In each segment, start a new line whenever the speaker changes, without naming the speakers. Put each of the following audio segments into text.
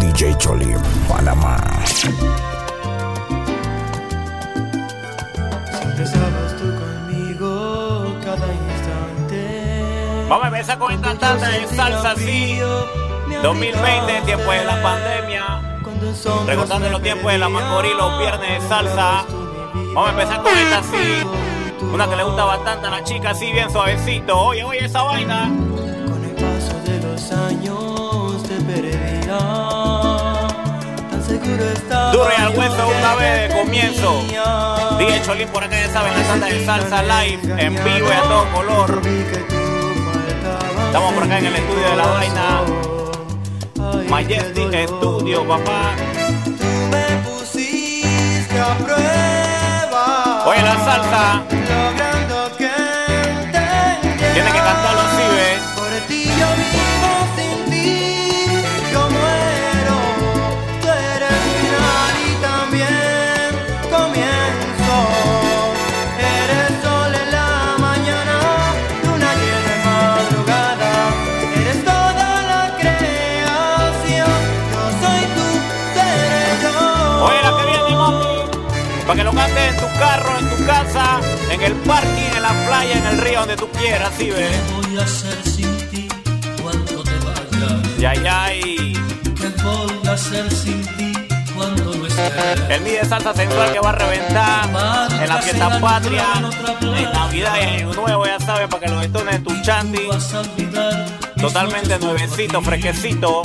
DJ Cholim, Panamá.
Empezabas tú conmigo cada instante.
Vamos a empezar con esta tanda de salsa así. 2020, tiempo de la pandemia. Recordando los tiempos de la Macorís, los viernes de salsa. Vamos a empezar con esta así. Una que le gusta bastante a la chica, así bien suavecito. Oye, oye, esa vaina.
Con el paso de los años te perdía. Tan seguro estaba.
Duro y al hueso
yo que
una vez de
te
comienzo.
tenía.
DJ Cholín por acá, ya saben, la tanda de salsa live, en vivo y a todo color.
Vi que tú faltabas
Estamos por acá en el
mi
estudio de la vaina.
corazón. Ay, qué
Majestic
dolor.
Studio, papá.
Me pusiste a prueba.
Oye, la salsa.
Logrando que entendiera.
Tiene que cantarlo así, ¿ves?
Por ti yo vivo sin ti. Yo muero. Tú eres final y también comienzo. Eres sol en la mañana. Luna llena en madrugada. Eres toda la creación. Yo soy tú, tú eres yo.
Oye, la que viene, mami. Para que lo cantes en tu carro, en tu casa, en el parking, en la playa, en el río, donde tú quieras, ¿sí ves?
voy a hacer sin ti cuando te vayas?
Ya, ya, y
¿Qué voy a hacer sin ti cuando no estés?
el mide salsa sensual que va a reventar en la fiesta patria, en Navidad y en Año Nuevo, ya sabes, para que lo destones en tu chanti.
Vas a olvidar mis
Totalmente
noches junto a
nuevecito,
ti.
fresquecito.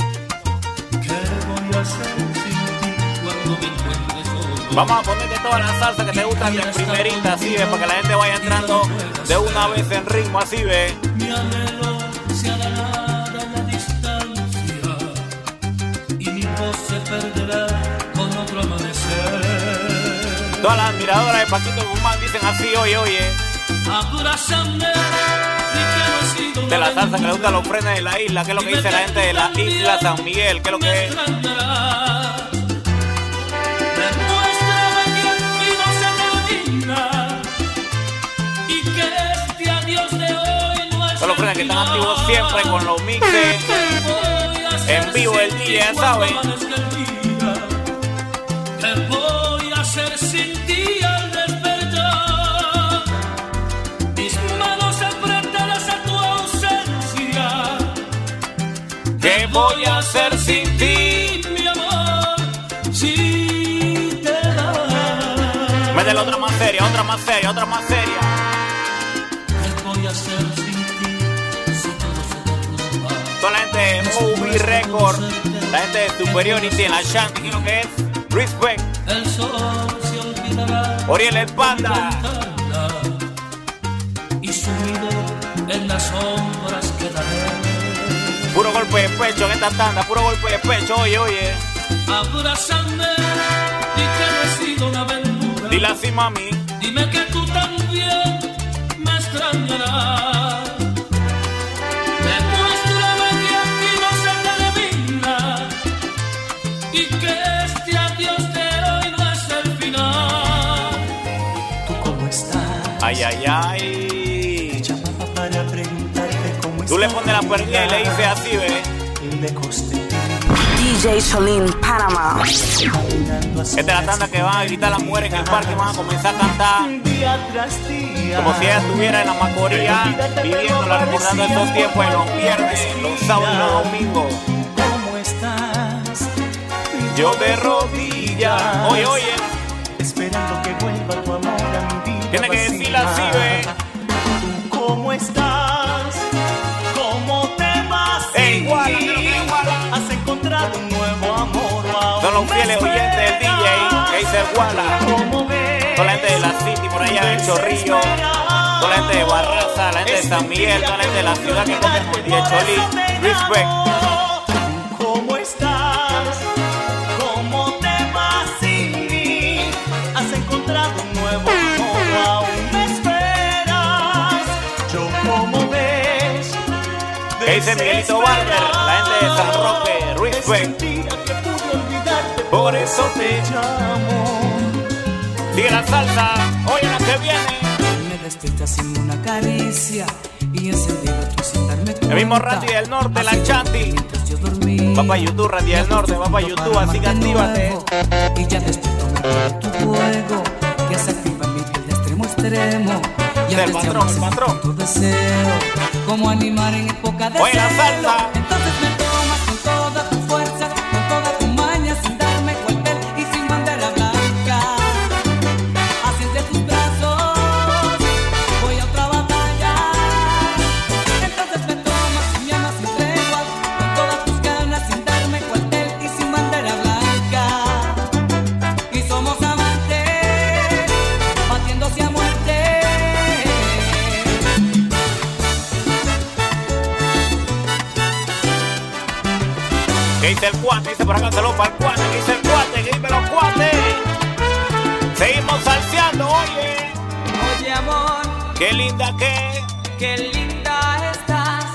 ¿Qué voy a hacer sin ti cuando me encuentres solo?
Vamos a ponerte todas las salsas que te gustan de primerita, así ves, para que la gente vaya entrando de una vez en ritmo, así ves.
Mi anhelo se hará en la distancia y mi voz se perderá con otro amanecer.
Todas las admiradoras de Paquito Guzmán dicen así, oye, oye.
Abrázame, di que no he sido
De la
una
salsa que le
aventura.
gustan los frenes de la isla, que es lo que dice la gente de la isla San Miguel, que es lo que es.
este
Son los frenes que están activos siempre con los mixes.
En vivo el día,
ya saben.
¿sabes? ¿Qué voy a hacer sin ti al despertar? Mis manos apretadas a tu ausencia.
¿Qué voy a hacer sin ti?
Mi amor, si te vas,
Métele otra más seria, otra más seria, otra más seria.
¿qué voy a hacer sin ti? Si todo se derrumba.
Toda la gente de Movie Record, la gente de Superiority en la Shanty, que es lo que es. Respect,
El sol se olvidará
Oriel el Panda.
Panda. y sumido en las sombras quedaré.
Puro golpe de pecho en esta tanda, puro golpe de pecho, oye, oye.
Abrázame y que no he sido una aventura.
Dile así, mami.
Dime que tú también me extrañarás. Demuéstrame que aquí no se termina y que este adiós de hoy no es el final.
¿Tú cómo estás?
Ay, ay, ay.
Llamaba para preguntarte cómo
Tú le pones la perilla y le dices
estabas.
así, bebé.
Y me costé
DJ Cholim, Panama.
caminando hacia
Esta es la tanda que van a gritar las mujeres en el parque, van a comenzar a cantar
Día tras día.
como si ella estuviera en la macoría, viviéndola, recordando esos tiempos de los viernes, los sábados y los domingos.
¿Cómo estás?
Yo de rodillas. Oye, oye,
Esperando que vuelva tu amor a mi vida.
Tiene que
vacía.
decirla así, ve.
¿Tú cómo estás? ¿Cómo te vas?
Ey,
sin
guarda,
mí?
creo que guarda.
¿Has encontrado un nuevo amor? o aún
son los
me
fieles oyentes del DJ
esperas?
que dice Wala.
¿Cómo ves?
Toda la gente de la City, por allá del Chorrillo. Toda la gente de Barraza, la gente de San Miguel, toda la gente de la ciudad que coge con DJ Cholín. Respect.
¿Cómo estás? ¿Cómo te vas sin mí? ¿Has encontrado un nuevo amor? o ¿Aún me esperas? ¿Yo cómo ves?
¿Qué dice Miguelito Barber? La gente de San Roque, respect. Por eso te
llamo.
Sigue la salsa, oye la que viene.
Me despiertas sin una caricia y encendido tú sin darme cuenta.
El mismo Radio del Norte, la Chanti.
Mientras yo dormía.
Va pa' YouTube, Radio del Norte, va pa' YouTube, así que actívate.
Y ya despierto me acuerdo tu fuego que se activa en mi piel de extremo a extremo. Y
El
antes de
patrón,
hablar,
el
siento
patrón.
Tu deseo, como animar en época de
Oye, la
celo.
salsa.
Entonces me tomas con toda tu fuerza, con toda tu maña, sin darme cuartel y sin bandera blanca. Haces de tus brazos, voy a otra batalla. Entonces me tomas sin llamas sin treguas, con todas tus ganas, sin darme cuartel y sin bandera blanca. Y somos amantes, batiéndose a muerte.
¿Qué dice el cuate? Dice por acá, saludos para el cuate. ¿Qué dice el cuate? ¿Qué dice los cuates? Seguimos salseando, oye.
Oye amor,
Qué linda que.
qué linda estás,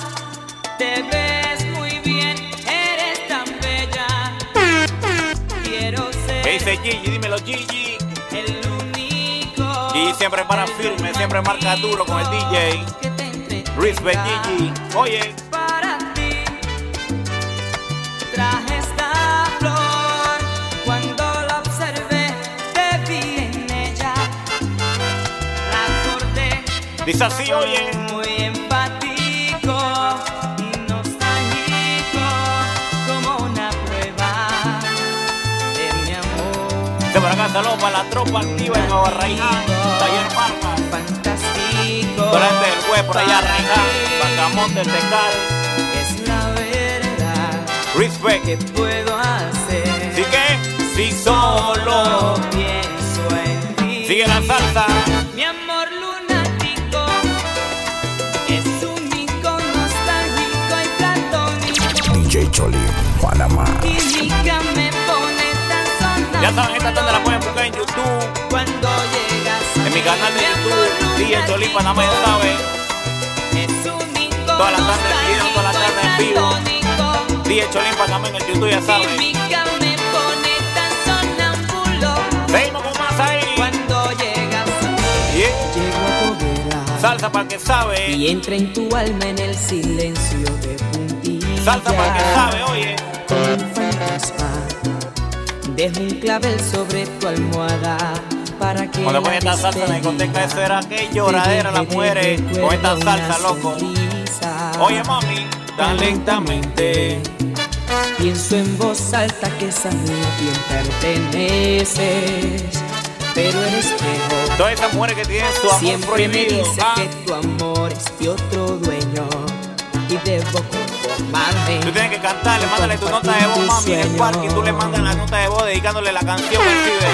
te ves muy bien, eres tan bella. Quiero
¿Qué
ser.
dice Gigi? Dímelo, Gigi.
El único.
Gigi siempre para firme, siempre marca duro con el DJ.
Que te entretenga
Respect, Gigi. Oye,
Para ti traje esta flor. Cuando la observé, te vi en ella. La corté
dice así, oye.
muy empático, nostálgico, como una prueba de mi amor.
Dice por acá, saludos para la tropa activa en Nueva Raiján. Taller Palma.
Fantástico.
Durante el juez por allá,
para
Raiján.
ti.
Bacamón del Tecal.
Es la verdad que
Respect.
puedo hacer.
¿Sí que? Sí, solo.
Solo pienso en ti.
Sigue la salsa.
Mi amor lunático es único, nostálgico y platónico.
DJ Cholim, Panamá.
Química me pone tan sonando.
Ya saben, esta tanda la pueden buscar en YouTube.
Cuando llegas a
En mi canal de
mí, amor
YouTube, DJ Cholín
lunático,
Panamá, ya saben.
Es único,
Toda la tarde en vivo, toda la tarde en vivo.
nostálgico
DJ Cholín Panamá en el YouTube, ya
y
saben.
Química me pone tan sonámbulo.
Seguimos con más ahí.
Cuando llegas a mí,
Yeah.
llego a poder
Salsa para el que sabe.
Y entra en tu alma en el silencio de puntillas.
Salsa para el que sabe, oye.
Como un fantasma, dejo un clavel sobre tu almohada para que
Cuando
la
ponen esta salsa en la
despedida
discoteca, eso era que lloradera las
te
mujeres
deje
con esta
una
salsa, loco.
sonrisa.
Oye, mami, tan lentamente.
Pienso en voz alta que es a mí a quien perteneces, pero eres mejor.
Todas estas mujeres que tienen su amor
Siempre me
prohibido.
dice
ah,
que tu amor es de otro dueño y debo conformarme.
Tú tienes que cantarle, mándale tu nota de voz, mami, en el parque. Y tú le mandas la nota de voz dedicándole la canción al pibe.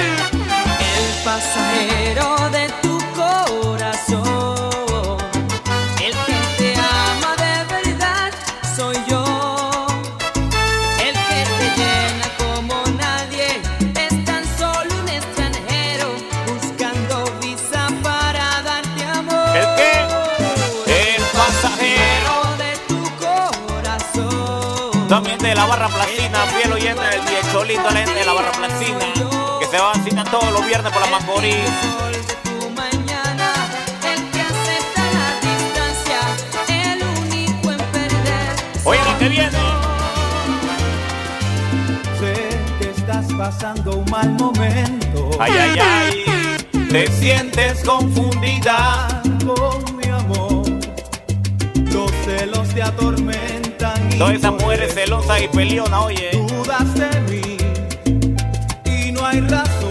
El pasajero de tu corazón, el que te ama de verdad soy yo, el que te llena como nadie es tan solo un extranjero buscando visa para darte amor.
¿El qué? El pasajero.
Pasajero de tu corazón.
También de la barra placina, fiel oyente del Diecholito, la gente de la barra placina, que se va a cita todos los viernes por la Macorís.
El sol de tu mañana, el que acepta la distancia, el único en perder.
Oye, lo que viene.
Sé que estás pasando un mal momento.
Ay, ay, ay. Te sientes confundida.
Con mi amor, los celos te atormentan. y
Todas esas
por
mujeres
eso
celosas y peleonas, oye.
Dudas de mí y no hay razón.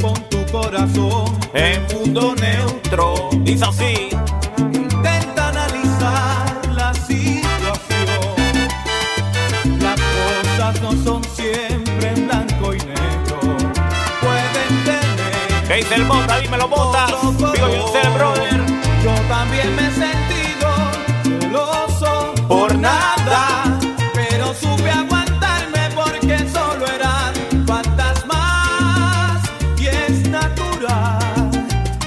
Pon tu corazón
En mundo neutro. Dice así.
Intenta analizar la situación. Las cosas no son siempre en blanco y negro. Pueden tener
¿Qué dice el bota? Dímelo, bota.
otro color.
Digo yo, ser brother.
Yo también me he sentido celoso por nada, pero supe aguantarme porque solo eran fantasmas y es natural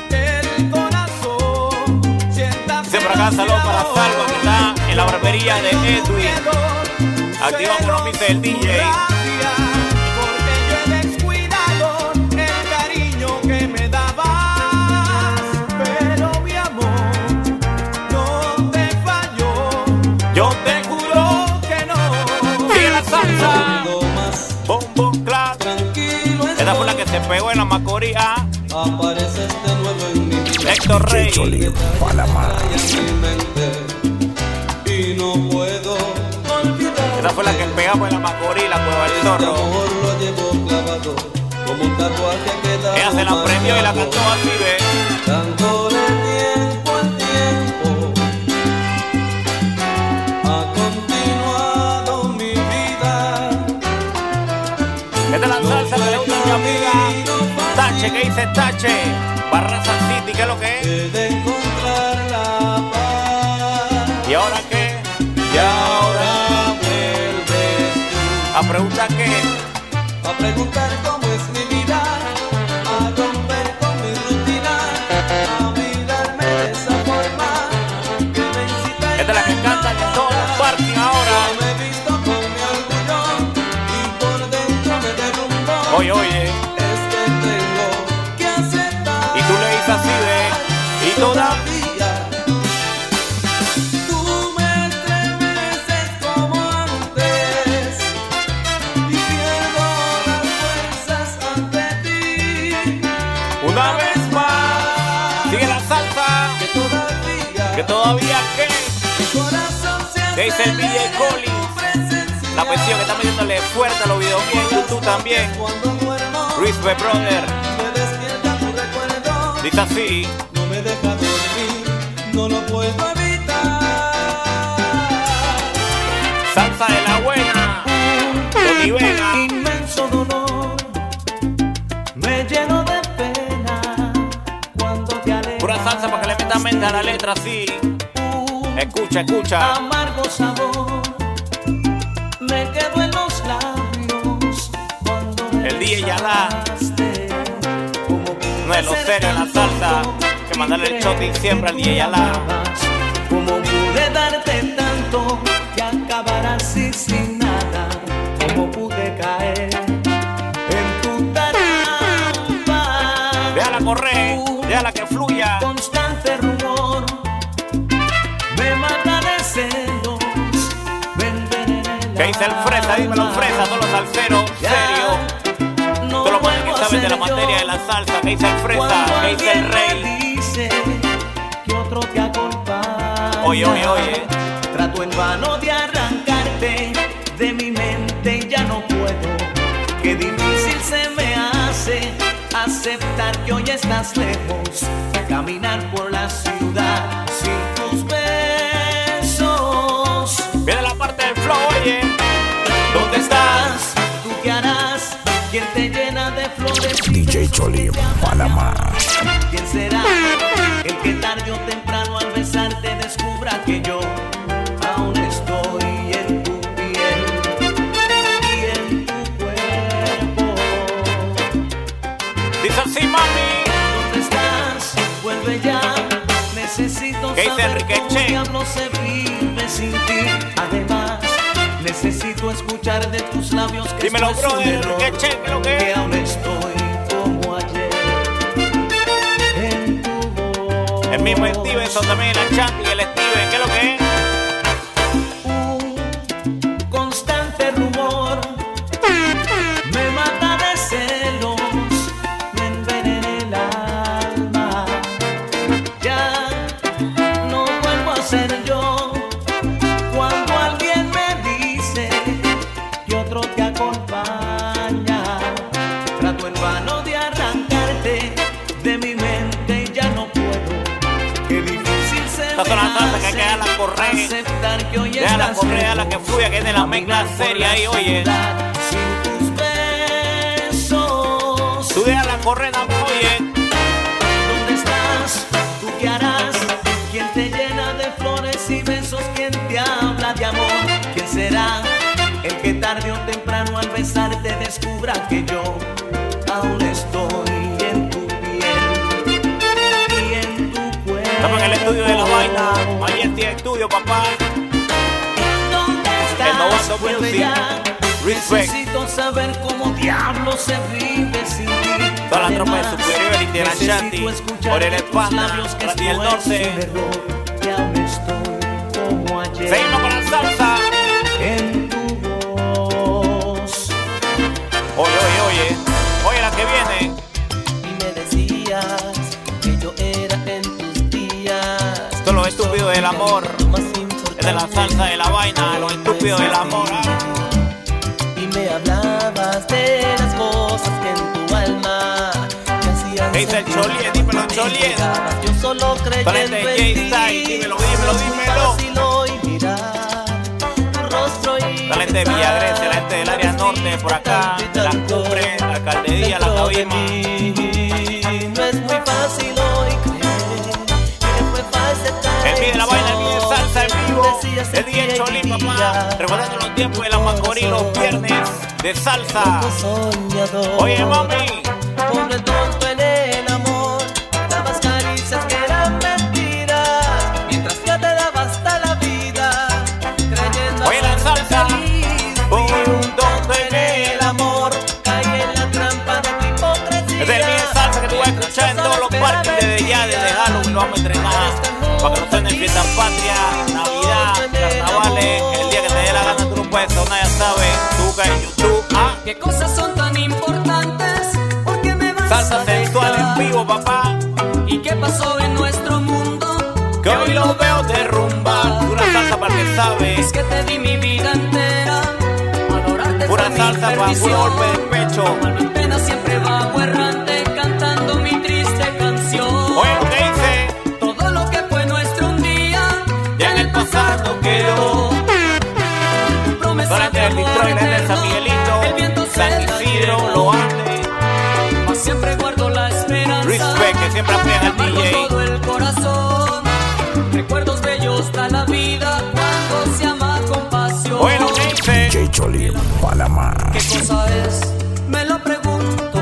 que el corazón sienta
Dice por acá, saludos para Salva, que está en la barbería de Edwin. Activa con los mixes del DJ.
Porque yo he descuidado el cariño que me dabas. Pero mi amor no te falló.
Yo te juro
que no.
que la salsa.
Ando más
Bum, bum, clac.
tranquilo
Esa fue la
estoy.
que se pegó en la macoría.
Apareces de este nuevo en mi vida
Héctor Rey.
Chicholín, Panamá.
y en mi mente y no puedo olvidar.
Esa fue la que pegamos en la macoría, la cueva del
Este
zorro.
amor lo llevo clavado como un tatuaje que da.
Ella se la prendió y la cantó así, ve.
Dándole tiempo al tiempo, ha continuado mi vida.
Esta es la salsa que le gusta a mi amiga. Tache, ¿qué dice Tache? Barraza City, ¿qué es lo que es?
He de encontrar la paz.
¿Y ahora qué?
Y ahora vuelves
La pregunta qué.
tú a preguntar cómo es mi vida, a romper con mi rutina, a mirarme de esa forma que me incita a
Esta es la que cantan en todos los
engañar.
parking ahora.
Yo me he visto con mi orgullo y por dentro me derrumbo.
Oye, oye.
Es que tengo que aceptar.
Y tú le dices así, ve. Y toda.
Todavía tú me estremeces como antes y pierdo las fuerzas ante ti.
Una vez más. Sigue la salsa.
Que todavía
Que todavía qué.
mi corazón se
Te dice el DJ
acelera en
Collins.
tu presencia.
La presión que está metiéndole fuerte a los videos y en YouTube también.
Cuando duermo
Luis B. Brother
me despierta tu recuerdo.
dice así.
No me deja dormir, no lo puedo evitar.
Salsa de la buena. Tony Vega.
Inmenso dolor, me lleno de pena cuando te alejas.
Pura salsa para que le metan mente a la letra así.
Un
Escucha, escucha.
amargo sabor, me quedo en los labios cuando me
El DJ Yalá.
besaste. Como pude
No es lo
ser
serio en la
tan
salsa.
tonto
Que mandarle
y
el shot y
creer
siempre al
que
DJ
me
Yalá.
amabas. Como pude darte tanto y acabar así sin nada, como pude caer en tu trampa.
Déjala correr. Déjala que fluya.
Constante rumor me mata de celos, me envenena el
Que dice el fresa, dímelo
alma.
fresa, todos los salseros,
Ya
serio.
No
Todos los manes que
vuelvo a
saben de la
ser yo.
materia de la salsa, que dice el fresa,
Cuando
que dice el
alguien
rey.
me dice que otro te acompaña.
Oye, oye, oye.
Trato en vano de arrancarte de mi mente y ya no puedo. Qué difícil se me hace aceptar que hoy estás lejos. Caminar por la ciudad sin tus besos.
Viene la parte del flow, oye.
¿Dónde estás? ¿Tú qué harás? ¿Quién te llena de flores?
DJ Cholim, Panamá.
¿Quién será el que tarde o temprano al besarte descubra que yo aún estoy en tu piel y en tu cuerpo?
Dice así, mami.
¿Dónde estás? Vuelve ya. Necesito
¿Qué dice
saber
Enrique
cómo
Che?
diablo se vive sin ti. Además, necesito escuchar de tus labios que
Dímelo,
esto es un
brother,
error,
Enrique Che, ¿qué es lo que es?
aún estoy como ayer en tu voz.
El mismo Stevenson también, la Champi, el Steven, ¿qué es lo que es?
un constante rumor me mata de celos, me envenena el alma. Ya no vuelvo a ser yo cuando alguien me dice que otro te acompaña. Trato en vano de arrancarte de mi mente y ya no puedo. Qué difícil se
Estas son las salsas que hay que dejarlas correr.
aceptar que hoy
Déjala
estás
correr, déjala que
lejos.
fluya, que es de la mezcla
Caminar por
seria
la
ahí, oye.
ciudad Sin tus besos.
Tú déjala correr, dame, oye.
¿Dónde estás? ¿Tú qué harás? ¿Quién te llena de flores y besos? ¿Quién te habla de amor? ¿Quién será el que tarde o temprano al besarte descubra que yo aún estoy en tu piel y en tu cuerpo?
Estamos en el estudio de la vaina. Ahí en el estudio, papá. Innovando
vuelve
Music.
ya.
Respect.
Necesito saber cómo diablo se vive sin ti.
Toda la tropa de
Además,
Superior y Tierra
necesito
Chanti,
escuchar
Orel
de tus
Espana,
labios que
Ratiel
esto es un
Norte.
error, que aún estoy como ayer
Seguimos con la salsa.
en tu voz.
Oye, oye, oye. Oye, la que viene.
y me decías que yo era en tus días.
Esto es lo estúpido del amor.
Lo más
Es de la
importante
salsa de la vaina, lo estúpido del amor.
Y me hablabas de las cosas que en tu alma te hacían
¿Qué dice el
sentir.
Cholien? Dímelo,
Me
Cholien.
pegabas, Yo solo creyendo
Frente,
en ti.
J-Style, dímelo, dímelo, dímelo.
dímelo. Y mirar tu rostro y
La gente de Villagrecia, la gente del área
pensar
norte, por acá,
tanto y
de las
tanto
cumbres, la alcaldía, la
dentro de
cabima.
mí. No es muy fácil hoy creer que fue falsa esta
El día de la vaina, el día de salsa en vivo. El día de Cholín, papá. Recordando los tiempos de la Macorís, los viernes de salsa.
soñador.
Oye, mami.
Pobre tonto en el amor. Dabas caricias que eran mentiras. Mientras que te daba hasta la vida. Creyendo
Oye, la
ser
salsa.
feliz.
Boom,
Fui un
tonto en el
amor. Caí en la trampa de tu hipocresía.
Es el día de salsa que tú vas a escuchar en todos los parques desde ya, desde Halloween, lo vamos a entrenar. Para que no suenen fiestas patrias, Navidad, carnavales. El día que te dé la gana, tú no puedes sonar, ya sabes. Tú buscas en YouTube. Ah,
¿Qué cosas son tan importantes? ¿Por qué me vas
salsa
a
sensual en
dejar?
vivo, papá.
¿Y qué pasó en nuestro mundo?
Que hoy lo veo derrumbar. Pura salsa para que
Es
sabes.
que te di mi vida entera. Adorarte
Pura
fue mi
salsa para puro
perdición.
golpe de pecho.
Alma en pena siempre vago errante cantando mi triste canción.
Oye, lo que dice.
Todo lo que fue nuestro un día
Ya en el pasado quedó.
Tu promesa
Durante
de
el
amor
Detroit, en el
eterno.
San
El viento
Miguelito,
se
San
la
Isidro,
llevó.
lo ande.
Mas siempre guardo la esperanza.
Respect, que siempre aprieta el
Guardo
DJ.
todo el corazón. Recuerdos bellos da la vida cuando se ama con pasión.
Oye, lo que dice.
DJ Cholim, Panamá.
¿Qué
eh.
cosa es? Me lo pregunto.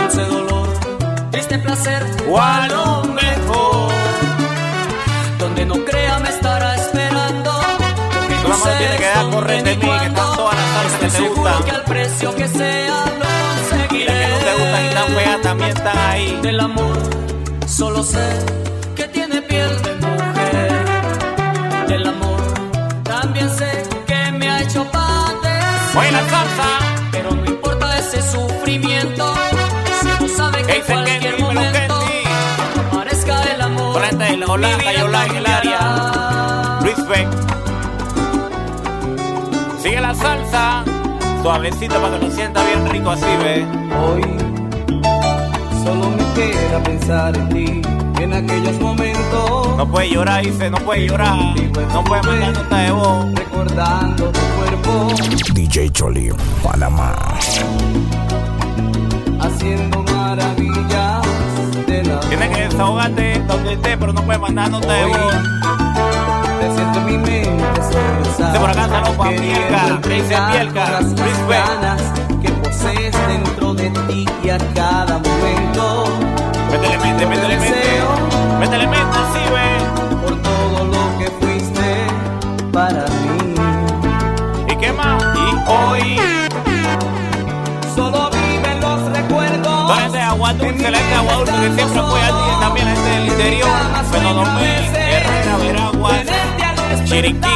Dulce dolor, triste placer,
¿Cuál lo mejor?
Donde no crea me estará esperando. Porque
Tú la mano tienes que dar corriente en mí, que están todas las salsas que te
Seguro
gustan.
que al precio que sea lo
Y
conseguiré.
las que no te gustan y tan feas también están ahí.
Del amor solo sé que tiene piel de mujer. Del amor también sé que me ha hecho padecer.
Oye, la salsa.
Pero no importa ese sufrimiento, si tú sabes
¿Qué
que en
dice
cualquier
Kenny? Dímelo,
momento
Kenny.
aparezca el amor.
Frente de la Holanda,
mi vida
Yolanda en el
cambiará.
Respect. Sigue la salsa. Suavecito para que lo sienta bien rico así, ve.
Hoy solo me queda pensar en ti, en aquellos momentos,
No puede llorar, dice, no puede llorar. No puede mandar nota de voz.
recordando tu cuerpo,
DJ Cholim, Panamá.
haciendo maravillas de la
Tienes que desahogarte donde esté, pero no puede mandar nota de voz.
Te siento en mi mente sobrezar,
Dice por acá, saludos para
queriendo
Bielka, dice
entregar
Bielka,
todas las
respect.
ganas que posees dentro de ti y a cada momento,
Métele mente, métele mente. Métele mente así, ve.
por todo lo que fuiste para mí.
¿Y qué más? Y hoy.
Solo viven los recuerdos.
Para este agua dulce, la gente de agua dulce que siempre apoya a ti y también la gente del interior. Fenonomé, Herrera, Veraguas, Chiriquí,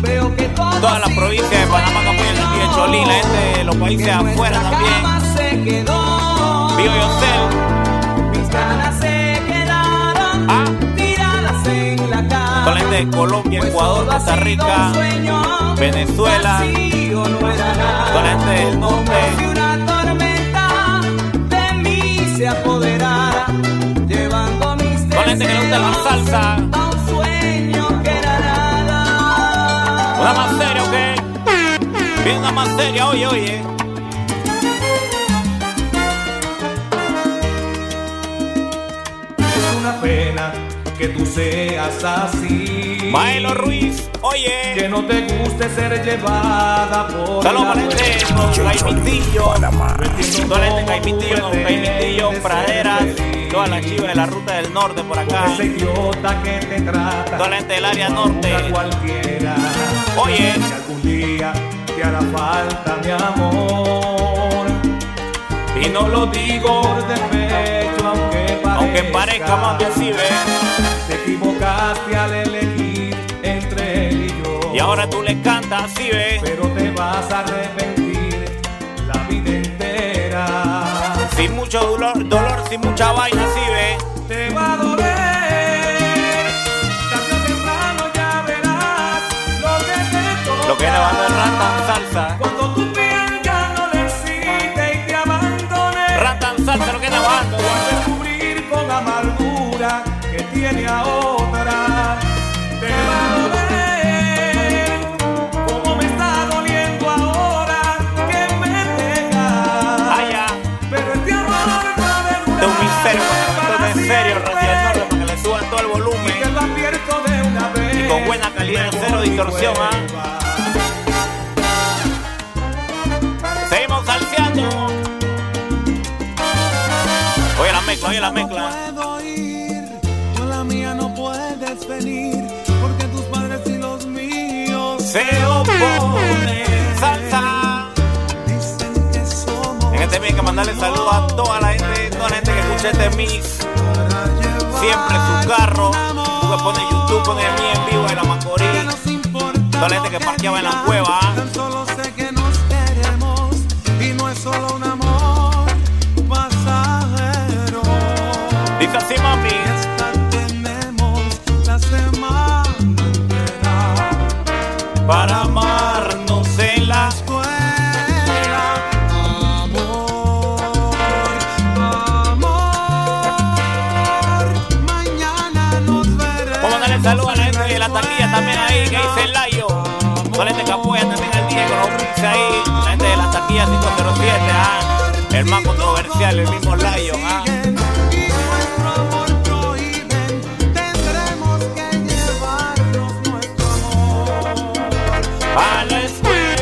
Veo que
todas las provincias de Panamá que apoyan el día de Cholín, la gente este de los países de afuera también.
se quedó.
Vivo Yosel,
Mis ganas se quedaron
ah,
tiradas en la
con la
cama.
gente de Colombia,
Pues
Ecuador,
todo ha
Costa
sido
Rica,
un sueño
Venezuela,
vacío, no era nada.
con la gente del norte,
Si una tormenta de mí se apoderara, llevando mis
con la gente que le gusta la
deseos
salsa.
a un sueño que era nada.
Una más seria, ¿ok? Bien, una más seria, oye, oye.
Es una pena que tú seas así.
Maelo Ruiz, oye.
Que no te guste ser llevada por.
Saludos
la
para la gente de
fuerza.
DJ Cholim,
Caipitillo.
Panamá.
Toda la gente de Caipitillo, no, Caipitillo, Praderas, todas las chivas de la ruta del norte por acá,
Ese idiota que te trata.
toda la gente del área norte,
como una cualquiera.
Oye,
Si algún día te hará falta mi amor. Y no lo digo por despecho, aunque parezca.
aunque parezca más así, ve.
Te equivocaste al elegir entre él y yo.
Y ahora tú le cantas así, ve.
Pero te vas a arrepentir la vida entera.
Sin mucho dolor, dolor, sin mucha vaina, así, ve.
Te va a doler. Tarde o temprano ya verás lo que te toca.
Lo que era banda de Rantan Salsa.
Cuando tu piel ya no le excite y te abandone.
Rantan Salsa, lo que era banda.
Vas a descubrir con amargura que tiene a otra. Te va a doler. Como me está doliendo ahora que me dejas.
Allá,
Pero este amor va a
de un misterio.
durar.
En serio, Rantan Salsa, para que le suban todo el
Y te
volumen.
lo advierto de una vez.
Y con buena calidad,
Luego
cero
ni
distorsión, ¿ah?
eh. vuelvas.
¿ah? Seguimos salseando. Oye la mezcla, oye la mezcla.
puedo ir, con la mía no puedes venir, porque tus padres y los míos
se opone salsa.
dicen que somos
En este mix hay que mandarle saludos a toda la gente, toda la gente que escucha este mix.
para llevar.
Siempre en su carro. Tú que pones YouTube, pones el mí en vivo de la Macorí.
Ya nos importa
Toda la gente
lo
que parqueaba en la
digan,
cueva. ¿ah?
Tan solo sé que nos queremos y no es solo un amor pasajero.
Dice así, mami.
Esta tenemos la semana entera.
Para amarnos en la
escuela. Amor, amor, mañana nos veremos.
Vamos a mandarle saludos a la gente de la taquilla también ahí, que dice el Layo. Toda la gente que apoya también al Diego, los Bricks ahí. La gente de la taquilla 507, ah. El más controversial, el mismo Layo, ah.
Y nuestro amor prohíben, tendremos que llevarnos nuestro amor.
A la escuela.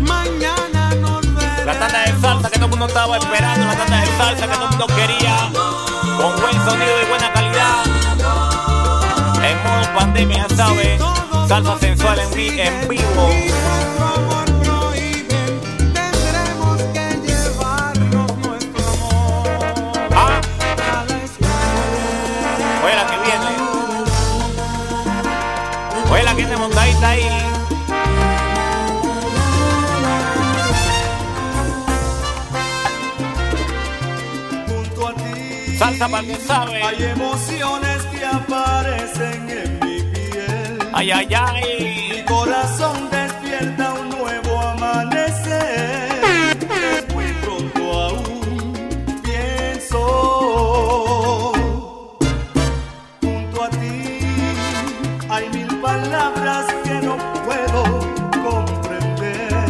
Mañana nos veremos.
La tanda de salsa que todo el mundo estaba esperando, la tanda de salsa que todo el mundo quería, con buen sonido y buena calidad. En modo pandemia, ya sabes, salsa sensual en, vi- en vivo.
Y nuestro amor prohíben, tendremos que llevarnos nuestro amor.
Ah,
A la escuela.
oye la que viene. Oye la que viene montadita ahí.
Junto a ti
Salsa para el que sabe.
hay emociones que aparecen en mi piel.
Ay, ay,
Mi
ay.
corazón despierta un nuevo amanecer. Es muy pronto aún, pienso. Junto a ti hay mil palabras que no puedo comprender.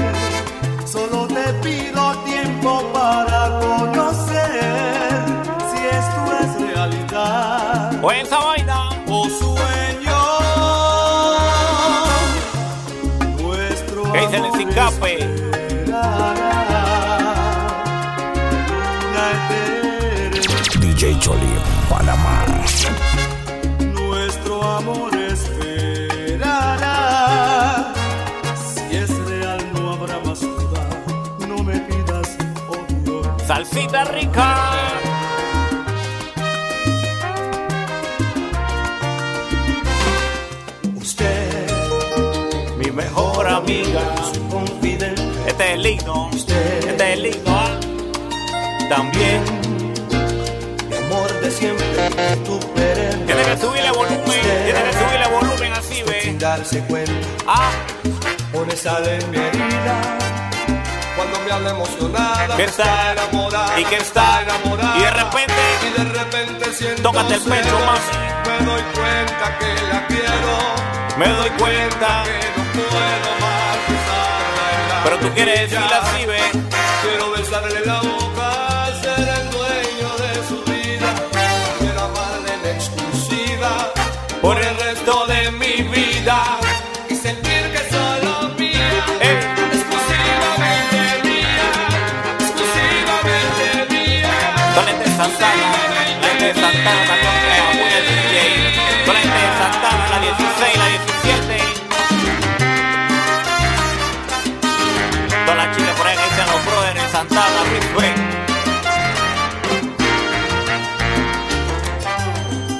Solo te pido tiempo para conocer si esto es realidad
Oye esa vaina.
o sueño. Nuestro
Que dice el
amor
escape.
esperará una eternidad.
DJ Cholim, Panamá.
Nuestro amor esperará. Si es real no habrá más duda. No me pidas odio.
Salsita rica.
Usted,
Mi mejor amiga.
su confidente.
Este es el himno. Este es el himno. ah. También.
Mi amor de siempre, tu perenne.
Tiene que subirle volumen, tiene que subirle volumen así,
Sin
ve.
darse cuenta.
Ah,
Pone sal en mi herida Cuando me habla emocionada
que está
enamorada
y que está.
enamorada
Y de repente,
Y de repente siento
Tócate el pecho,
celos.
mami.
Me doy cuenta que la quiero
me doy cuenta.
Que no puedo más besarla en la
Pero tú quieres
mejilla.
decirle así, ve.
Quiero besarle la boca Ser el dueño de su vida Quiero amarle en exclusiva
Por el resto de mi vida.
Y sentir que solo mía
Eh,
Exclusivamente mía, exclusivamente mía.
Con este Santana, la gente de cantar a Brisbane.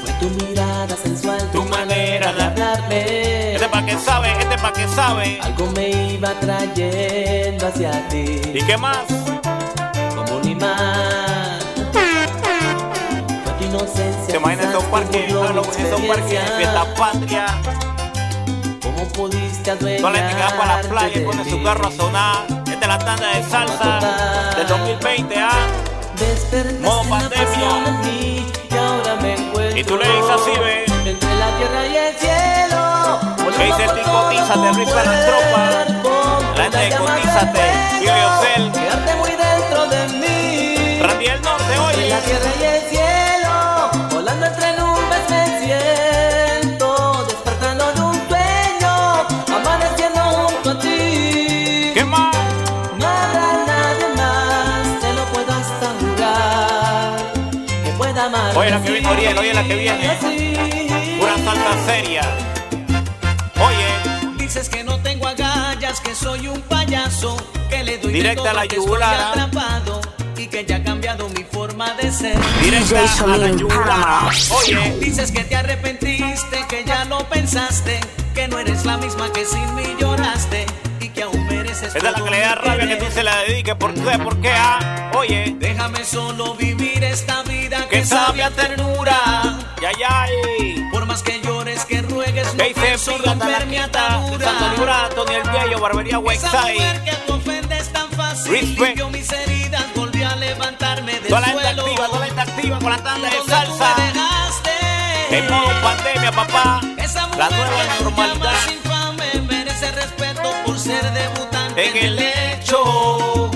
Fue tu mirada sensual,
Tu manera de
hablarme.
Este pa' que sabe, este pa' que sabe.
Algo me iba trayendo hacia ti,
¿Y qué más?
como un imán. Fue tu inocencia.
¿Se imaginan
quizás
estos
que
parques?
burló mi
Halloween, Estos parques de
experiencia.
fiesta patria.
¿Cómo pudiste adueñarte
Son las que van para la playa y
de
ponen su
mí?
carro a sonar. Esta es la tanda de salsa del 2020, ¿ah?
Despertaste
Modo
la
pandemia.
pasión en mí y ahora me encuentro.
Y tú le dices así, ve.
Entre la tierra y el cielo.
¿Qué dice el
volando
Tico
por todo
Tiza?
tu
Te rifa la
cuerpo,
La gente de
las llamas
Cotízate,
del
Julio
fuego,
Cel.
Quedarte muy dentro de mí.
Randy del Norte,
Entre la
oye.
tierra y el cielo. Volando entre nubes me siento. Despertando de un sueño. Amaneciendo junto a ti.
¿Qué más?
No habrá nadie más, te lo puedo hasta jurar. Que pueda amar.
Oye la que viene, Oriel, oye la que viene. Pura salsa seria. Oye,
Dices que no tengo agallas, que soy un payaso, que le doy de
Directa
todo
a la
que estoy
yugular. ¿ah?
atrapado y que ya ha cambiado mi forma de ser.
directa
DJ
a la
Solín,
yugular.
Panamá.
Oye,
Dices que te arrepentiste, que ya lo pensaste, que no eres la misma que sin mí lloraste y que aún mereces.
esta es la
todo
que le da
mi
rabia que tú
querer.
se la dediques. ¿Por qué? ¿Por qué? Ah, oye,
Déjame solo vivir esta vida
que
que sabe
sabia
a ternura.
ternura. Ya, ya, y.
Por más que llores, que ruegues, no
¿Qué dice
pienso
Pila,
romper mi
Talaquita,
atadura.
Santo Durato, ni el Viejo, Barbería
Esa
Westside?
mujer que tú ofendes tan fácil
Respect.
limpió mis heridas, volví a levantarme del
Toda la gente
suelo.
activa, toda la gente activa con la tanda de
donde
salsa.
tú me dejaste.
En modo pandemia, papá.
Esa mujer
La
que
nueva
tú llamas
normalidad.
infame merece respeto por ser debutante
En
en
el
el hecho.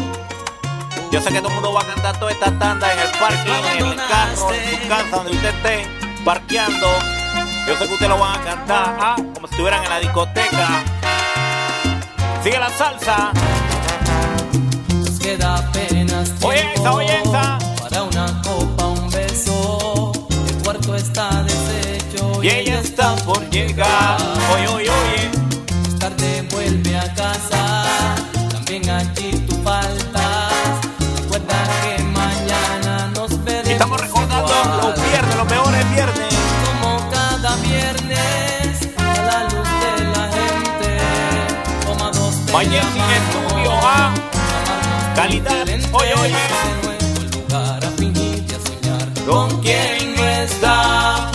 Yo sé que todo el mundo va a cantar toda esta tanda en el parque, en el carro, en su casa, donde usted esté, parqueando. Yo sé que ustedes lo van a cantar, ah, como si estuvieran en la discoteca. Sigue la salsa.
Nos queda apenas tiempo
Oye, esa, oye, esa.
Para una copa, un beso. El cuarto está deshecho
Y ella está por llegar. Oye, oye, oye.
Más tarde vuelve a casa. También allí tú faltas. Recuerda que mañana nos veremos.
Y estamos recordando
igual.
los viernes, los mejores viernes.
Como cada viernes, a la luz de la gente. Toma dos de
Mañana
la
sin
mano.
estudio, ah. Calidad. Oye, oye.
lugar a fingir y a soñar
¿Con
con
quién
quien no está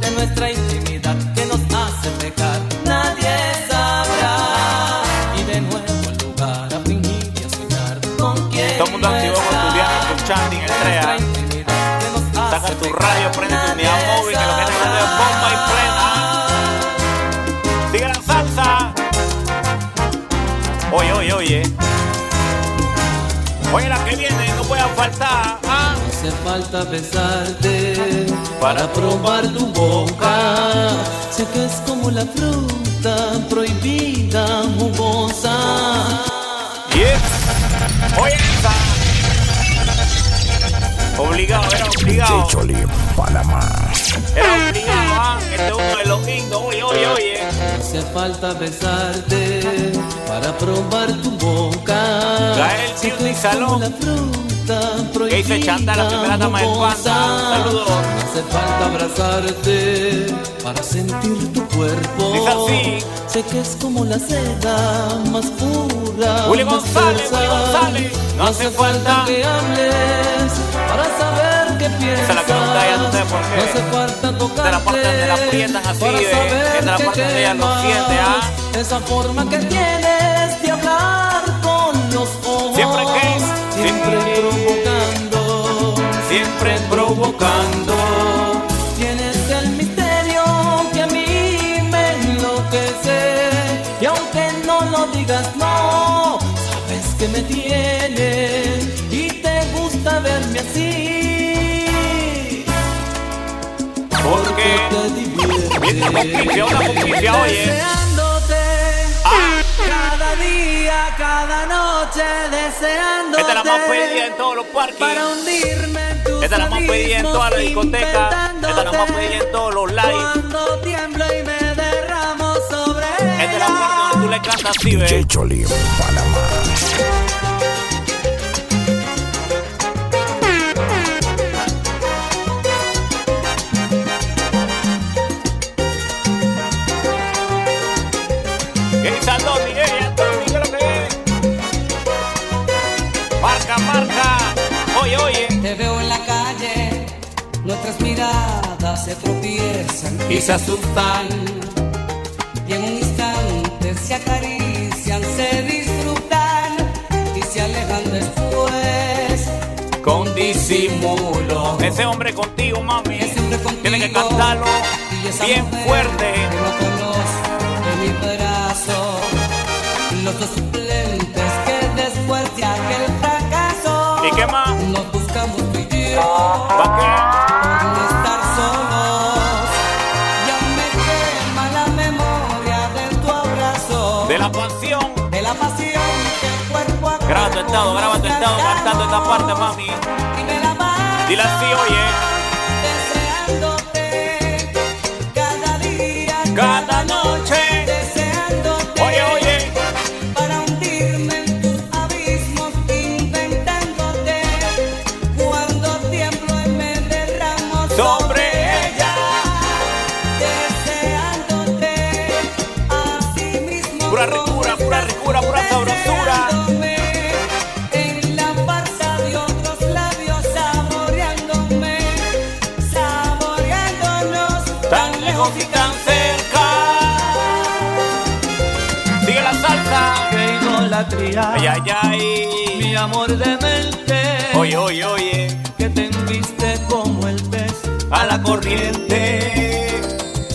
de nuestra intimidad que nos hace pecar nadie sabrá y de nuevo al lugar a fingir y a soñar con quien
Todo el mundo
no
activo con
está
estudiando, escuchando en el
nuestra
tren.
intimidad que nos hace
Saca tu
pecar.
radio, prende tu
Nadie
unidad móvil, que lo que te radio es bomba y plena. Sigue la salsa. Oye, oye, oye. Oye, la que viene, no puede faltar. Ah,
Hace falta besarte para probar tu boca. Sé que es como la fruta prohibida, jugosa.
yes. Oye, esa. Obligado, era
DJ
obligado.
Cholim, Panamá.
Era obligado, ah. Este es uno de los lindos. Oye, oye, oye.
Hace falta besarte para probar tu boca.
Gael
Sé
Beauty
que es
Salón.
como la fruta prohibida,
dice Chanta, la primera dama del
jugosa.
Panda? Saludos.
Hace falta abrazarte para sentir tu cuerpo.
Dice así.
Sé que es como la seda más pura.
Willy
más
González,
falsa.
Willy González. No hace falta.
que hables para saber qué piensas.
Esa es la que no está, ya tú sabes por qué.
No hace falta tocarte.
Te la parten, te la aprietan así,
para
eh,
saber
que te la
que
parten,
te
ella lo siente, ¿ah?
amas. Esa forma que tienes de hablar con los ojos.
¿Siempre qué?
Siempre
Siempre.
provocando.
Siempre provocando.
Tienes el misterio que a mí me enloquece Y aunque no lo digas no Sabes que me tienes Y te gusta verme así
Porque.
Te
Esta
diviertes
justicia, una justicia, oye.
Deseándote
Ah.
Cada día, cada noche Deseándote
Esta es la más pedida en todos los parques.
para hundirme en tus
Esta es la más pedida en
abismos,
todas las discotecas. Esta es la más pedida en todos los lives.
Cuando tiemblo y me derramo sobre
Esta es la parte donde tú le cantas así,
DJ
¿ves?
Cholim, Panamá.
eh, Oye, oye.
Te veo en la calle, nuestras miradas se tropiezan
Y se asustan.
y en un instante se acarician, se disfrutan y se alejan después.
Con disimulo. Ese hombre contigo, mami.
Ese hombre contigo.
Tiene que cantarlo
Y esa
bien
mujer
fuerte.
que no conoce de mi brazo. Y Los dos suplentes que después de aquel fracaso.
¿Y qué más?
Nos buscamos tú y yo.
¿Va
No estar solos. Ya me quema la memoria de tu abrazo.
qué? De la pasión.
de la pasión que cuerpo a
Graba tu
cuerpo
estado,
nos
graba tu estado
cargamos.
cantando esta parte, mami.
Y me la paso
Dile así, oye.
deseándote cada día,
Cada noche.
deseándote
Oye, oye.
para hundirme en tus abismos, inventándote cuando tiemblo y me derramo
Sobre ella.
Deseándote así mismo.
Pura ricura, pura ricura, pura sabrosura.
Deseándome En la farsa de otros labios, saboreándome, saboreándonos
Tan lejos y tan cerca. Sigue la salsa.
Que idolatría,
Ay, ay, ay.
mi amor demente,
Oye, oye, oye.
que te viste como el pez
A la corriente.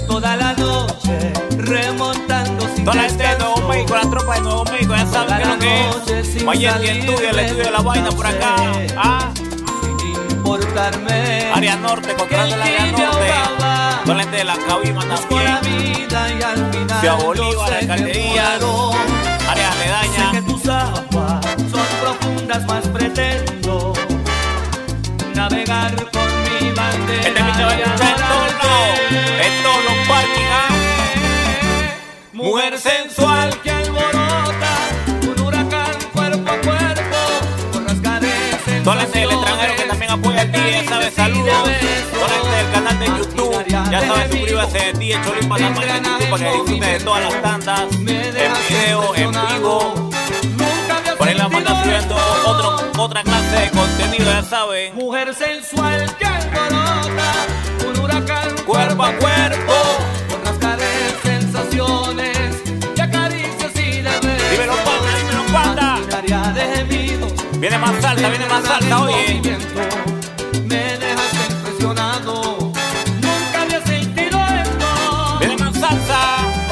toda la noche, remontando sin
Toda la gente de Nuevo
descanso.
México, la tropa de Nuevo México, ya saben que lo que es. Vaya el estudio, el estudio de la vaina por acá. Ah,
sin importarme.
área norte, controlando el área norte. Toda la gente de la cabima
por la
también.
vida y al final
Se abolió
yo
a la
sé que
alcaldía.
muero.
Área
Sé que
aledaña.
tus aguas son profundas, más pretendo navegar con mi bandera.
Este bicho va a
y
escuchar en todos
adorarte.
lados. En todos los parkings, ah.
Mujer sensual que alborota un huracán cuerpo a cuerpo por las carencias.
Toda la gente del extranjero que también apoya a ti, ya sabes, saludos. Toda la gente del canal de YouTube, ya sabes, suscríbase de ti, el Cholín Panamá en YouTube para que disfrutes de todas las tandas, en video, en vivo.
Nunca había
Por ahí la manda
sentido
subiendo
esto.
otro, otra clase de contenido, ya saben.
Mujer sensual que alborota un huracán
Cuerpo a cuerpo,
por las carencias, sensaciones que acaricias y deberes.
dímelo panda, dímelo panda.
Maquinaria de gemidos
Viene más salsa, viene más salsa, oye.
Me dejas impresionado. Nunca había sentido esto.
Viene más salsa,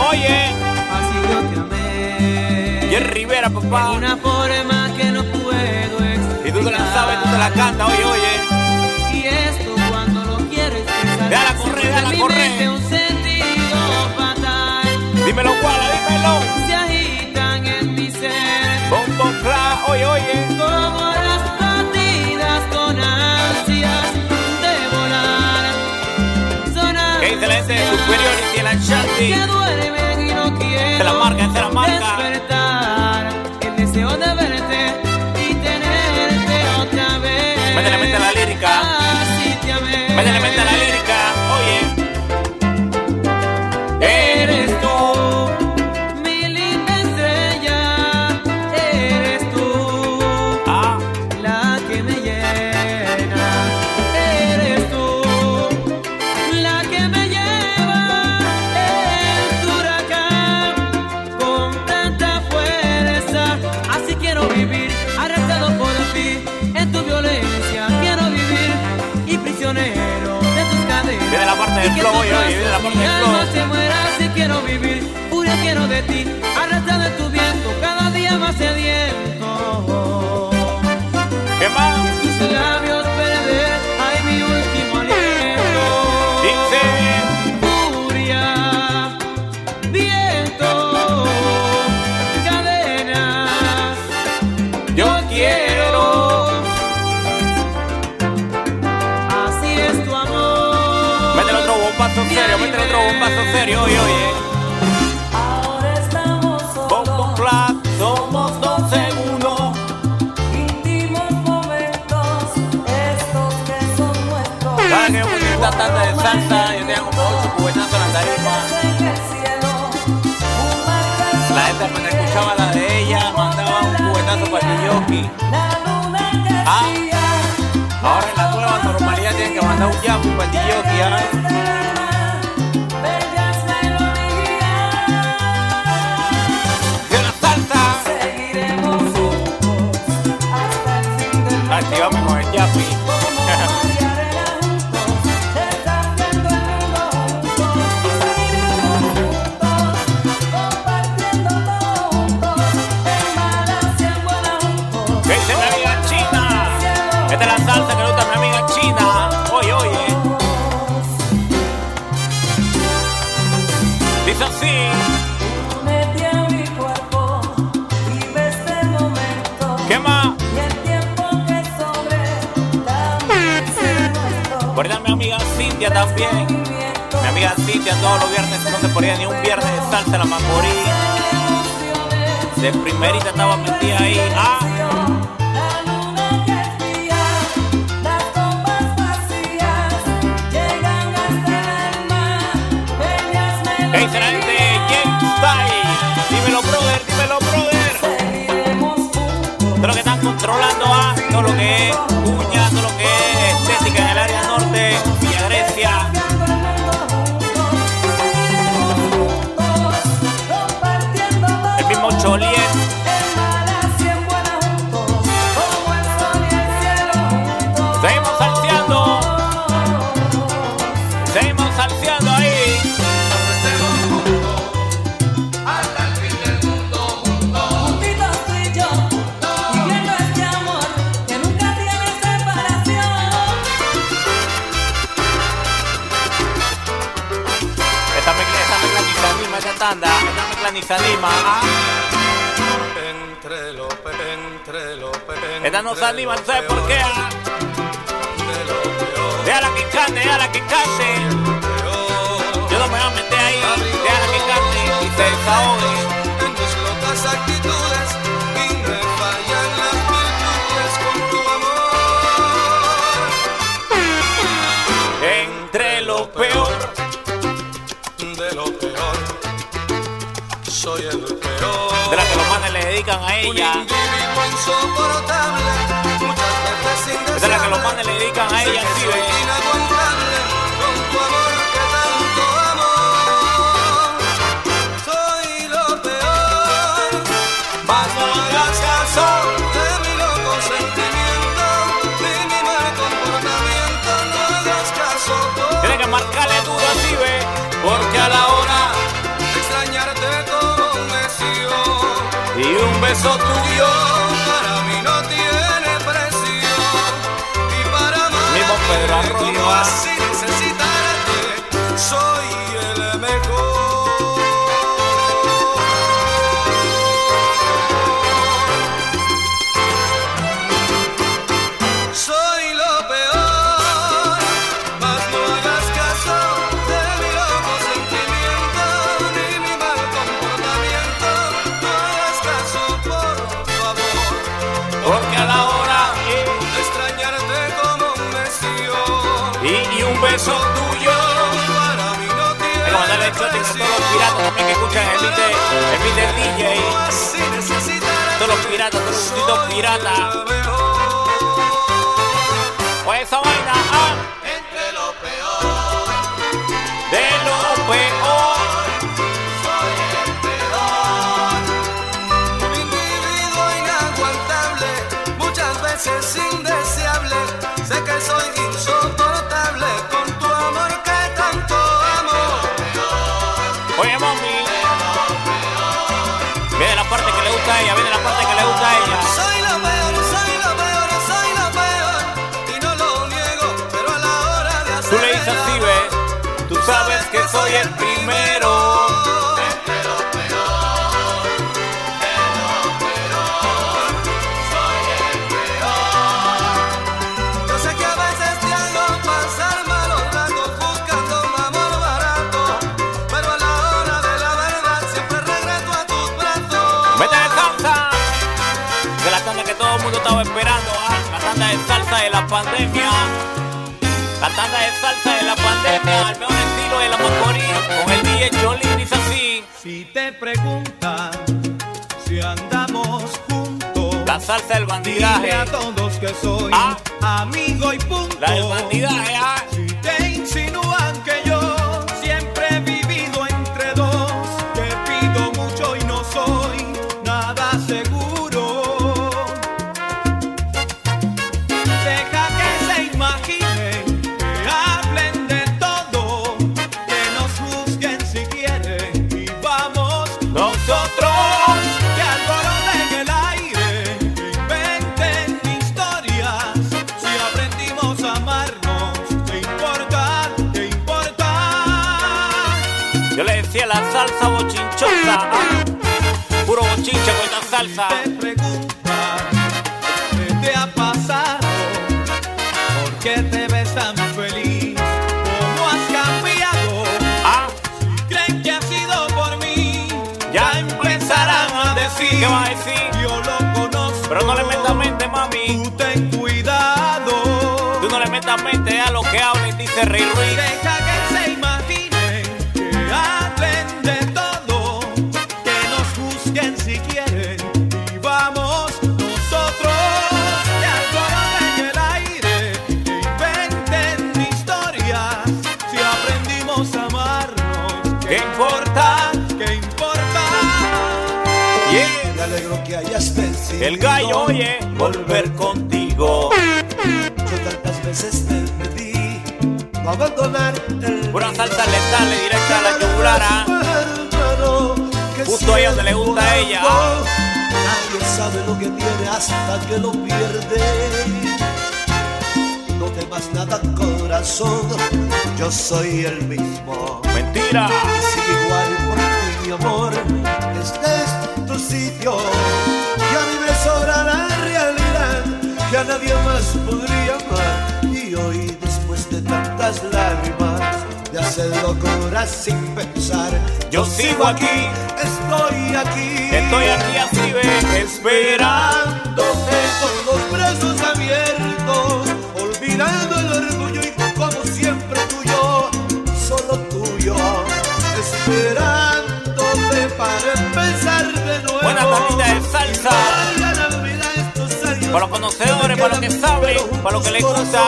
oye.
Así yo te amé.
Jerry Rivera,
De
papá.
Una forma que no puedo explicar.
Y tú te la sabes, tú te la cantas, oye, oye.
Y esto cuando lo quieres pensar.
Déjala correr, déjala correr.
un sentido fatal.
Dímelo, Guala, dímelo.
Se agitan en mi ser.
Bombo, cla, oye, oye.
Como las batidas con ansias de volar. Son
Que excelente Superiority el Enchanti.
que duermen y no quiero
Se la marca, se la marca.
despertar el deseo de verte y tenerte otra vez.
Métele, métele la lírica.
Así te amé.
Métele, métele la lírica, oye.
Eres tú, mi linda estrella. Eres tú,
Ah,
la que me llena. Eres tú, la que me lleva el huracán con tanta fuerza. Así quiero vivir, arrastrado por ti en tu violencia. Quiero vivir y prisionero de tus cadenas.
Viene la parte del
Y que
flow,
tu
oye, oye,
brazo,
viene la parte
mi
del
alma
flow.
se muera si quiero vivir, puro quiero de ti, arrastrado en tu viento, cada día más sediento.
¿qué más?
Tus labios perder, ay mi último aliento.
Dice,
Furia, viento, cadenas.
yo quiero.
Así es tu amor.
Métele otro bombazo serio, métele otro bombazo serio, oye, oye.
Ahora estamos
Bombo,
solos,
cla, somos dos en uno.
íntimos momentos, estos que son nuestros.
Cada que yo ponía esta tanda de salsa, yo tenía como ocho cubetazos en la tarifa.
En el cielo, un mar
La gente cuando escuchaba la de ella mandaba un cubetazo para el Yoki.
La luna
Ah.
crecía
Ahora en la nueva normalidad tienen que mandar un yapu para el DJ, ¿ah?
Bellas melodías.
¡Y una salsa!
Seguiremos juntos hasta el fin del mundo.
Activamos con el yapi.
Como marearela juntos, desafiando el mundo juntos. Seguiremos juntos, compartiendo todo juntos. En malas y en buenas juntos.
¿Qué dice mi amiga China? Esta es la salsa que le gusta a mi amiga China. Oye, oye. Dice así.
Mete a mi cuerpo, vive este momento.
¿Qué más?
Y el tiempo que sobre, también es nuestro.
Por ahí está mi amiga Cintia también. Mi amiga Cintia todos los viernes no se ponía ni un viernes de salsa en la macorí. De primerita estaba metida ahí. Ah,
La luna que es fría, las copas vacías llegan hasta el alma, bellas
¿qué dice la gente? James Style. Dímelo, brother, dímelo, brother.
Seguiremos juntos,
Todo lo que están controlando ah, todo lo que es uña, todo lo que es estética en el área norte, Villa Grecia.
cambiando el mundo juntos, seguiremos juntos, compartiendo todo.
El mismo Choliet.
En malas y en buenas juntos, como el sol y el cielo juntos.
Seguimos salseando, seguimos salseando ahí.
Juntitos tú y yo, viviendo este amor que nunca tiene separación.
Esta mezcla, esta mezcla ni se anima, esta tanda, esta mezcla ni se anima. ah.
Entre los pe- entre los pe-
Esta no se
entre
anima,
lo
¿sabes por qué?
peor,
ah?
entre lo peor,
Déjala que cante, déjala que cante.
peor.
Yo no me voy a meter ahí, déjala que cante y se desahogue.
En tus locas actitudes y me fallan las virtudes con tu amor.
Entre lo peor,
De lo peor, soy el peor.
de la que los manes le dedican a
Un
ella.
individuo insoportable, muchas veces
Esa es la que los
indeseable.
manes le dedican a ella, sí,
Soy
ve.
inaguantable con tu amor que tanto amo. Soy lo peor, más no hagas caso de mi loco sentimiento, de mi mal comportamiento. No hagas caso,
Tiene que marcarle duro así, ve.
porque a la hora de extrañarte como un vecino.
Y un beso tuyo.
Yo para mí no tiene precio y para
Mismo Pedro
amarte
Arroyo,
como
ah.
así necesitarte soy el mejor. Soy lo peor, mas no hagas caso de mi loco sentimiento ni mi mal comportamiento. No hagas caso, por favor,
Porque a la hora eh,
de extrañarte como un necio.
y, y un beso tuyo.
Yo para mí no tiene
Hay que mandarle el shot a todos los piratas también que escuchan el beat de- el beat del DJ.
precio. Así necesitarás
Todos los piratas, todos los chutitos piratas.
lo mejor.
O esa vaina, ah.
Entre lo peor.
de lo peor.
Un individuo inaguantable, muchas veces indeseable. Sé que soy insoportable con tu amor que tanto amo.
Oye, mami. Viene la parte que le gusta a ella, viene la parte que le gusta a ella.
Soy lo peor, soy lo peor, soy lo peor. Y no lo niego, pero a la hora de
Tú
hacer.
le dices
el
así,
amor,
ve. Tú sabes que soy el primero.
Yo sé que a veces te hago pasar malos ratos buscando un amor barato, pero a la hora de la verdad siempre regreso a tus brazos.
Vete de salsa. De la tanda que todo el mundo estaba esperando. ah, La tanda de salsa de la pandemia. La tanda de salsa de la pandemia. Al mejor estilo de la Macorí. Con el DJ Jolín dice así.
Si te preguntan si andamos juntos,
La salsa del
dile
bandidaje.
a todos que soy
Ah.
amigo y punto.
La del bandidaje, ah.
Si te insinúan que yo siempre he vivido entre dos, te pido mucho y no soy nada seguro. Deja que se imaginen, que hablen de todo, que nos juzguen si quieren y vamos nosotros. Que alboroten el aire, que inventen historias. Si aprendimos a amarnos, te importa, te importa.
Yo le decía la salsa bochinchosa. ah. Puro bochinche con esta salsa.
Te preguntas qué te ha pasado, por qué te ves tan feliz, cómo has cambiado.
Ah,
Creen que ha sido por mí,
Ya
ya empezarán a decir.
¿Qué va a decir?
Yo lo conozco.
pero no le metas mente, mami.
Tú ten cuidado.
Tú no le metas mente a lo que habla y dice Rey Ruiz.
Deja que se imaginen que hablen de todo, que nos juzguen si quieren y vamos nosotros que alboroten el aire, que inventen historias. Si aprendimos a amarnos, ¿qué importa? ¿Qué importa?
Yeah.
Me alegro que hayas vencido.
El gallo, oye, volver contigo.
Yo tantas veces te pedí no abandonar el.
Una salsa letal le directa a la yugular. ah.
Hermano, que
Justo ahí donde le
siento
gusta a ella.
algo. Nadie sabe lo que tiene hasta que lo pierde. No temas nada, corazón. Yo soy el mismo.
Mentira.
Sigue igual por ti, mi amor. Este es tu sitio. Y a mí me sobra la realidad que a nadie más podría amar. Y hoy, después de tantas lágrimas, de hacer locuras sin pensar,
Yo sigo aquí.
estoy aquí.
Estoy aquí así, ve. Espera.
Esperándote con los brazos abiertos, olvidando el orgullo y como siempre tuyo, solo tuyo. Esperándote para empezar de nuevo.
Buena tandita de salsa.
Y valga la vida estos años
Para los conocedores, para los que saben, para los que les gusta.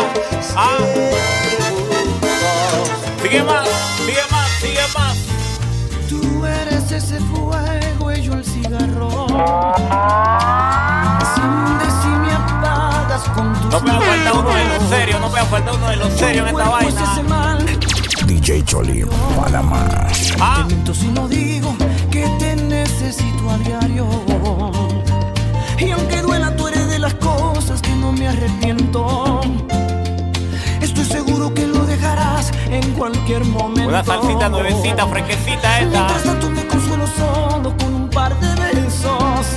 Ah. Sigue más, sigue más, sigue más.
Tú eres ese fuego y yo el cigarro. Si hundes y me apagas con tus
No me va a faltar uno de los
manos.
serios, no me va a faltar uno de los serios en
Tu
esta
cuerpo es
vaina.
ese mal
DJ Cholim, Panamá.
Ah,
Te miento si no digo que te necesito a diario. Y aunque duela, tú eres de las cosas que no me arrepiento. Estoy seguro que lo dejarás en cualquier momento.
una salsita nuevecita, fresquecita esta.
Mientras tanto me consuelo solo con un par de besos.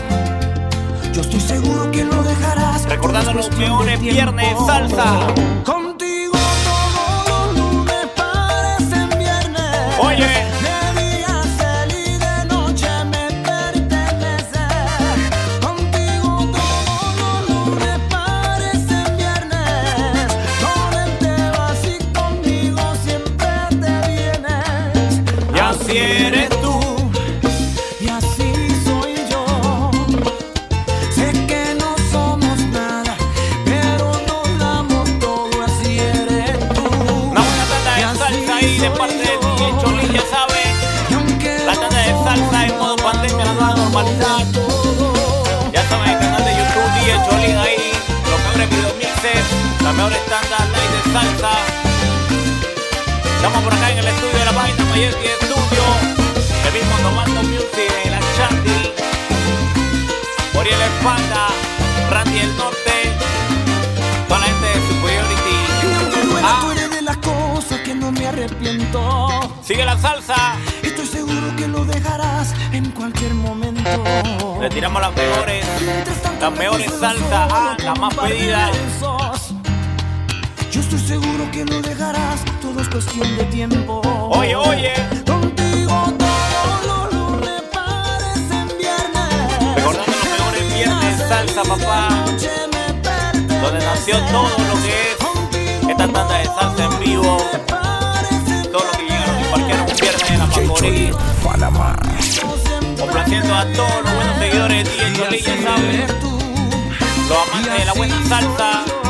Yo estoy seguro que lo dejarás.
Recordando
todo
los
es cuestión de
peones, viernes,
tiempo.
salsa.
Contigo todos los lunes parecen viernes.
Oye.
De día salí, de noche me pertenece. Contigo todos los lunes parecen viernes. ¿Dónde te vas y conmigo siempre te vienes?
Y así eres tú.
Y así soy yo. Sé que no somos nada, pero nos damos todo. Así eres tú.
Una buena tanda
Y
de
así
salsa ahí de
soy
parte de
yo.
DJ Cholín, ya sabes.
Y aunque
La tanda de
no
salsa en
somos
modo pandemia, la nueva normalidad.
todo,
Ya saben, el canal de YouTube, DJ Cholín ahí. Los mejores videomixes, las mejores tandas live de salsa. Estamos por acá en el estudio de la vaina Mayetti Studio. El mismo Tomando Music, el Ashanti. Oriel Espalda, Randy el Norte. Toda la gente de
y
Superiority.
aunque duela,
Ah.
tú eres de las cosas que no me arrepiento.
Sigue la salsa.
Estoy seguro que lo dejarás en cualquier momento.
Le tiramos las mejores.
Mientras tanto,
Las
me
mejores
consuelo
salsas,
solo
ah,
con
las
un
más
par de
pedidas.
besos. Yo estoy seguro que lo dejarás, todo es cuestión de tiempo.
Oye, oye.
Contigo todos los lunes parecen viernes.
Recordando los mejores viernes de salsa, papá. Donde nació todo lo que es esta tanda de salsa en vivo. Todo lo que llegaron y parquearon un viernes en la
DJ
Macorís.
Cholim, Panamá.
Complaciendo a todos los buenos seguidores de DJ Cholín, ya saben. Los amantes de la buena salsa. Oh.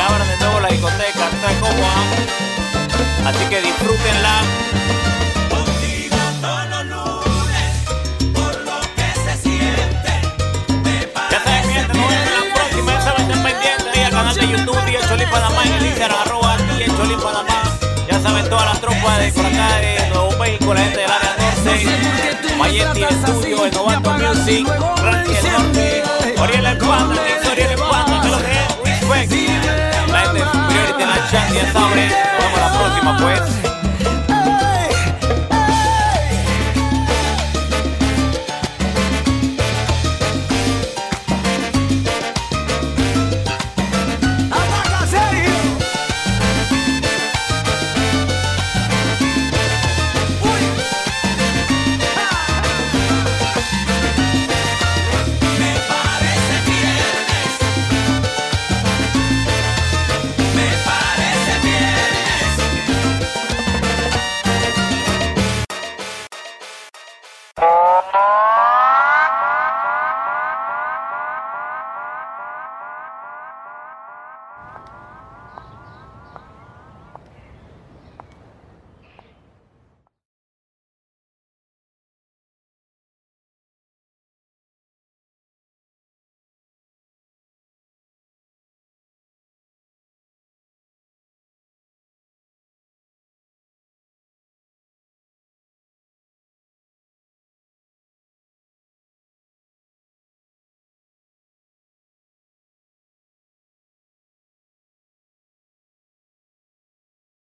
Ah, eh, discoteca Taco One. ah. Así que disfrútenla.
Contigo todos los lunes, por lo que se siente, me
Ya saben, mi gente, nos vemos en la próxima. Ya saben, estén pendientes ahí al canal de YouTube DJ Cholín Panamá y en el Instagram arroba DJ Cholín Panamá. Ya saben, todas las tropas de por acá de Nuevo México, la gente del área norte, Mayetti Studio, el Novato Music, Randy el Norte, Oriel el Panda, Luis Oriel el Panda, que lo que es, Respect. La gente de Superiority, la Chandia Sabre. Nos vemos la próxima, pues.